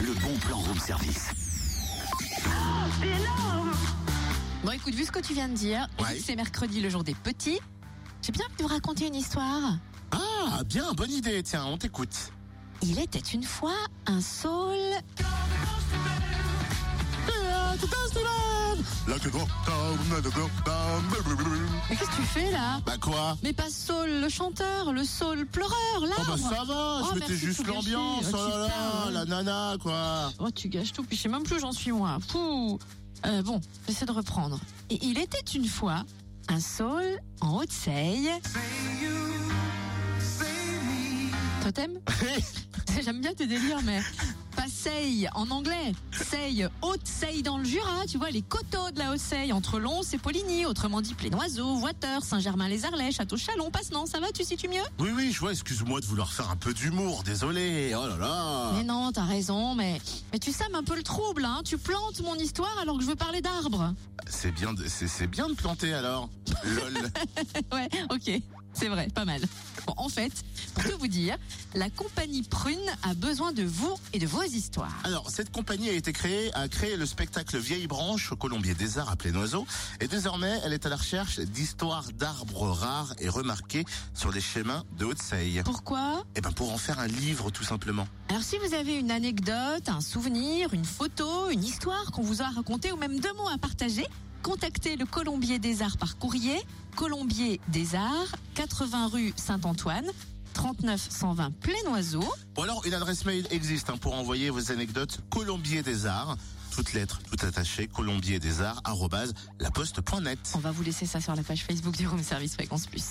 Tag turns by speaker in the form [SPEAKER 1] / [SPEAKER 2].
[SPEAKER 1] le bon plan room service.
[SPEAKER 2] Bon, écoute, vu ce que tu viens de dire, et vu
[SPEAKER 1] Ouais.
[SPEAKER 2] que c'est mercredi, le jour des petits, j'ai bien envie de vous raconter une histoire.
[SPEAKER 1] Ah, bien, bonne idée. Tiens, on t'écoute.
[SPEAKER 2] Il était une fois un saule. Mais qu'est-ce que tu fais là
[SPEAKER 1] Bah quoi
[SPEAKER 2] Mais pas saule le chanteur, le saule pleureur, là
[SPEAKER 1] Oh bah ça va,
[SPEAKER 2] Oh,
[SPEAKER 1] je mettais
[SPEAKER 2] merci
[SPEAKER 1] juste
[SPEAKER 2] de tout gâcher.
[SPEAKER 1] l'ambiance,
[SPEAKER 2] Oh,
[SPEAKER 1] oh là là,
[SPEAKER 2] putain.
[SPEAKER 1] la nana quoi.
[SPEAKER 2] Oh, tu gâches tout, puis je sais même plus où j'en suis moi. Pouh. Euh, bon, j'essaie de reprendre. Et il était une fois un saule en Haute-Seille. Toi t'aimes J'aime bien tes délires, mais pas Seille en anglais. Seille, haute Seille dans le Jura, tu vois, les coteaux de la haute Seille, entre Lons et Poligny, autrement dit Plénoiseau, Voiteur, Saint-Germain-les-Arlais, Château-Chalon, Passenant, ça va, tu situes mieux
[SPEAKER 1] oui oui, je vois, excuse-moi de vouloir faire un peu d'humour, désolé. Oh là là.
[SPEAKER 2] Mais non, t'as raison, mais, mais tu sèmes un peu le trouble, hein. Tu plantes mon histoire alors que je veux parler d'arbres.
[SPEAKER 1] C'est bien de c'est- c'est bien de planter alors. Lol.
[SPEAKER 2] ouais, ok. C'est vrai, pas mal. Bon, en fait, pour tout vous dire, la compagnie Prune a besoin de vous et de vos histoires.
[SPEAKER 1] Alors, cette compagnie a été créée, a créé le spectacle Vieille Branche au Colombier des Arts à Plénoiseau. Et désormais, elle est à la recherche d'histoires d'arbres rares et remarqués sur les chemins de Haute-Seille.
[SPEAKER 2] Pourquoi
[SPEAKER 1] Eh ben, pour en faire un livre, tout simplement.
[SPEAKER 2] Alors si vous avez une anecdote, un souvenir, une photo, une histoire qu'on vous a racontée ou même deux mots à partager, contactez le Colombier des Arts par courrier, Colombier des Arts, 80 rue Saint-Antoine, 39 120 Plénoiseau.
[SPEAKER 1] Ou alors, une adresse mail existe hein, pour envoyer vos anecdotes Colombier des Arts. Toutes lettres, tout attaché, colombier des arts, arrobase, laposte.net.
[SPEAKER 2] On va vous laisser ça sur la page Facebook du Room Service Fréquence Plus.